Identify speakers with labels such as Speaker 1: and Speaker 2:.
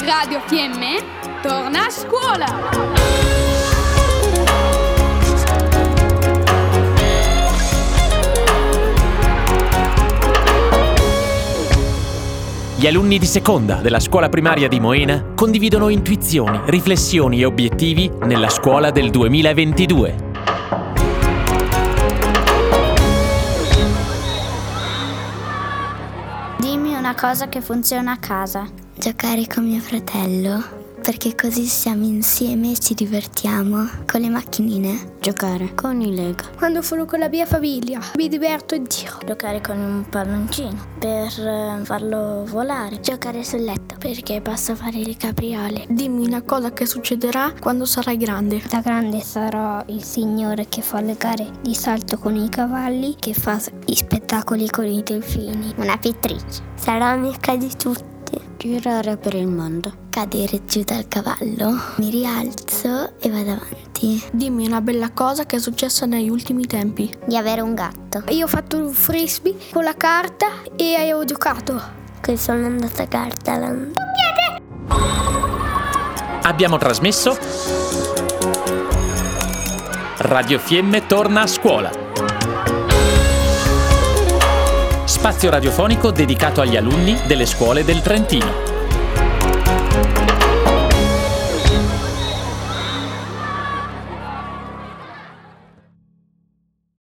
Speaker 1: Radio Fiemme torna a scuola!
Speaker 2: Gli alunni di seconda della scuola primaria di Moena condividono intuizioni, riflessioni e obiettivi nella scuola del 2022.
Speaker 3: Dimmi una cosa che funziona a casa.
Speaker 4: Giocare con mio fratello. Perché così siamo insieme e ci divertiamo con le macchinine.
Speaker 5: Giocare con i Lego.
Speaker 6: Quando sono con la mia famiglia mi diverto in giro.
Speaker 7: Giocare con un palloncino per farlo volare.
Speaker 8: Giocare sul letto perché posso fare le capriole.
Speaker 9: Dimmi una cosa che succederà quando sarai grande.
Speaker 10: Da grande sarò il signore che fa le gare di salto con i cavalli, che fa gli spettacoli con i delfini.
Speaker 11: Una pittrice. Sarò amica di tutti.
Speaker 5: Girare per il mondo.
Speaker 4: Cadere giù dal cavallo. Mi rialzo e vado avanti.
Speaker 9: Dimmi una bella cosa che è successa negli ultimi tempi.
Speaker 12: Di avere un gatto.
Speaker 6: Io ho fatto un frisbee con la carta e ho giocato.
Speaker 13: Che sono andata a Gardaland.
Speaker 2: Abbiamo trasmesso Radio Fiemme torna a scuola spazio radiofonico dedicato agli alunni delle scuole del Trentino.